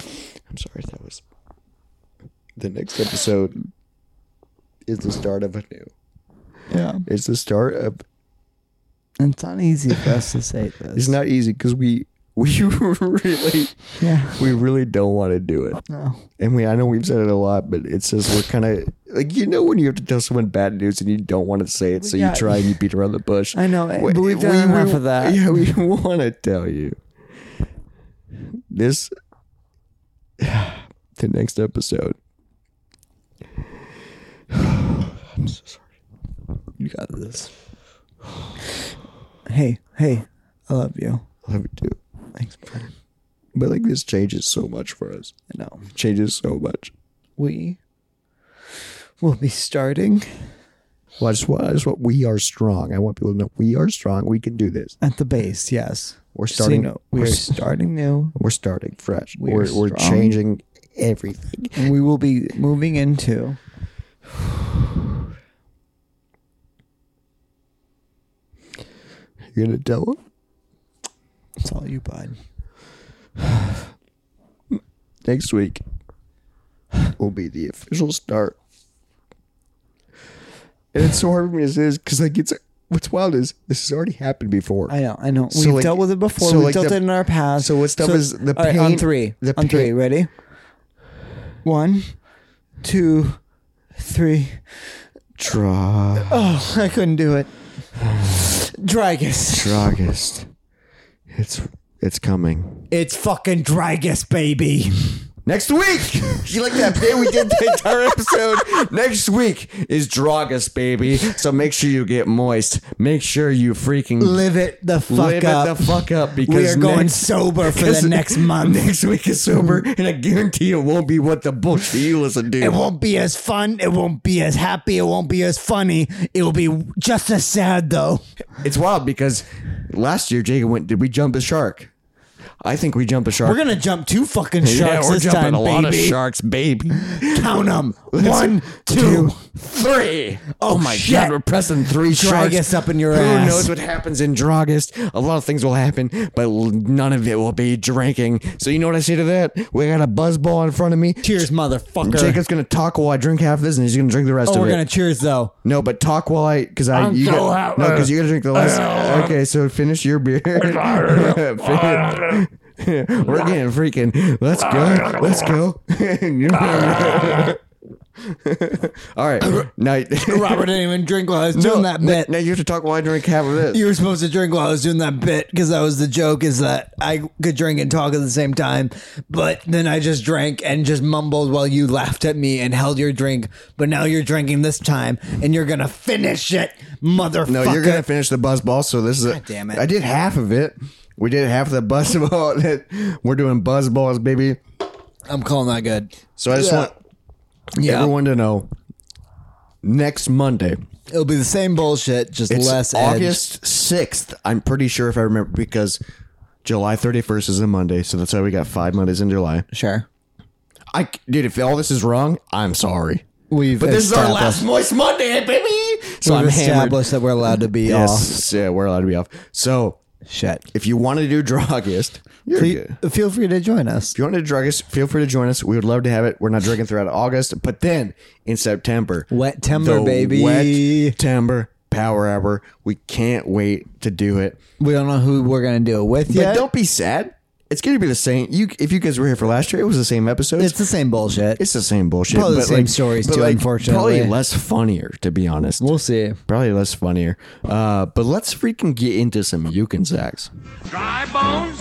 I'm sorry, that was the next episode is the start of a new. Yeah. It's the start of And it's not easy for us to say this. It's not easy because we we really Yeah. we really don't want to do it, No. and we I know we've said it a lot, but it's just we're kind of like you know when you have to tell someone bad news and you don't want to say it, so Yeah. you try and you beat around the bush. I know. We- but we've done enough of that. Yeah, we want to tell you this. The next episode. I'm so sorry. You got this. Hey, hey, I love you. I love you too. Thanks, bud. But like this changes so much for us. I know. It changes so much. We will be starting Well, I just want, I just want, we are strong. I want people to know we are strong. We can do this. at the base, yes. We're So starting. you know, we are we're, starting new. we're starting fresh. We We are are we're, we're strong. changing everything. And we will be moving into You're gonna tell them. it's all you bud. Next week will be the official start. And it's so hard for me to say this because like it's what's wild is this has already happened before. I know, I know. So, We've like- dealt with it before. so, We've like, dealt the- it in our past. so what's tough is the all right, on pain- three. the on three, pain- ready? One, two, three. Draw. Oh, I couldn't do it. Dragus. August. It's it's coming It's fucking Dragus, baby. next week. you like that bit we did the entire episode? Next week is Dragus, baby. So make sure you get moist. Make sure you freaking Live it the fuck live up. it the fuck up because we are going next, sober for because the next month. Next week is sober, and I guarantee it won't be what the bullshit you listen to. It won't be as fun. It won't be as happy. It won't be as funny. It will be just as sad, though. It's wild because last year Jacob went. Did we jump a shark? I think we jumped a shark. We're gonna jump two fucking sharks yeah, we're this jumping time, a lot baby. of sharks, baby. Count them. One, two. three. Oh my shit. god, we're pressing three sharks. Dragus up in your Who ass. knows what happens in Draugust? A lot of things will happen, but l- none of it will be drinking. So you know what I say to that? We got a buzz ball in front of me. Cheers, motherfucker. Jacob's gonna talk while I drink half this, and he's gonna drink the rest oh, of we're it. gonna cheers though. No, but talk while I, because I, I'm you so got, happy. no, because you gotta drink the last. Okay, so finish your beer. Fin- We're getting freaking. Let's go. Let's go. All right. Now, Robert didn't even drink while I was doing that bit. Now you have to talk while I drink half of this. You were supposed to drink while I was doing that bit because that was the joke is that I could drink and talk at the same time. But then I just drank and just mumbled while you laughed at me and held your drink. But now you're drinking this time and you're going to finish it, motherfucker. No, you're gonna finish the buzz ball. So this is. A, God damn it. I did half of it. We did half of the buzz ball. We're doing buzz balls, baby. I'm calling that good. So I just Yeah. want everyone to know. Next Monday, It'll be the same bullshit, just It's less edged. August 6th, I'm pretty sure if I remember, because July 31st is a Monday. So that's why we got five Mondays in July. Sure. I, dude, if all this is wrong, I'm sorry. We've But this is our established- last Moist Monday, baby. So We've I'm hammered. established that we're allowed to be off. Yes, yeah, we're allowed to be off. So Shit. if you want to do Drogist, you're Please, good. feel free to join us. If you want to do Drugist, feel free to join us. We would love to have it. We're not drinking throughout August, but then in September, Wet timber, baby. Wet Timber Power Hour. We can't wait to do it. We don't know who we're gonna do it with But yet. don't be sad. It's going to be the same. You, if you guys were here for last year, it was the same episode. It's It's, the same bullshit. the same bullshit. Probably the but same like- stories but too, like, unfortunately. probably less funnier, to be honest. we'll see. Probably less funnier. Uh, but let's freaking get into some Yukon sacks. Dry bones,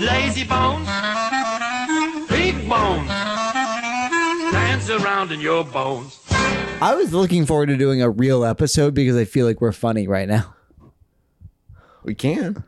lazy bones, big bones, dance around in your bones. I was looking forward to doing a real episode because I feel like we're funny right now. We can.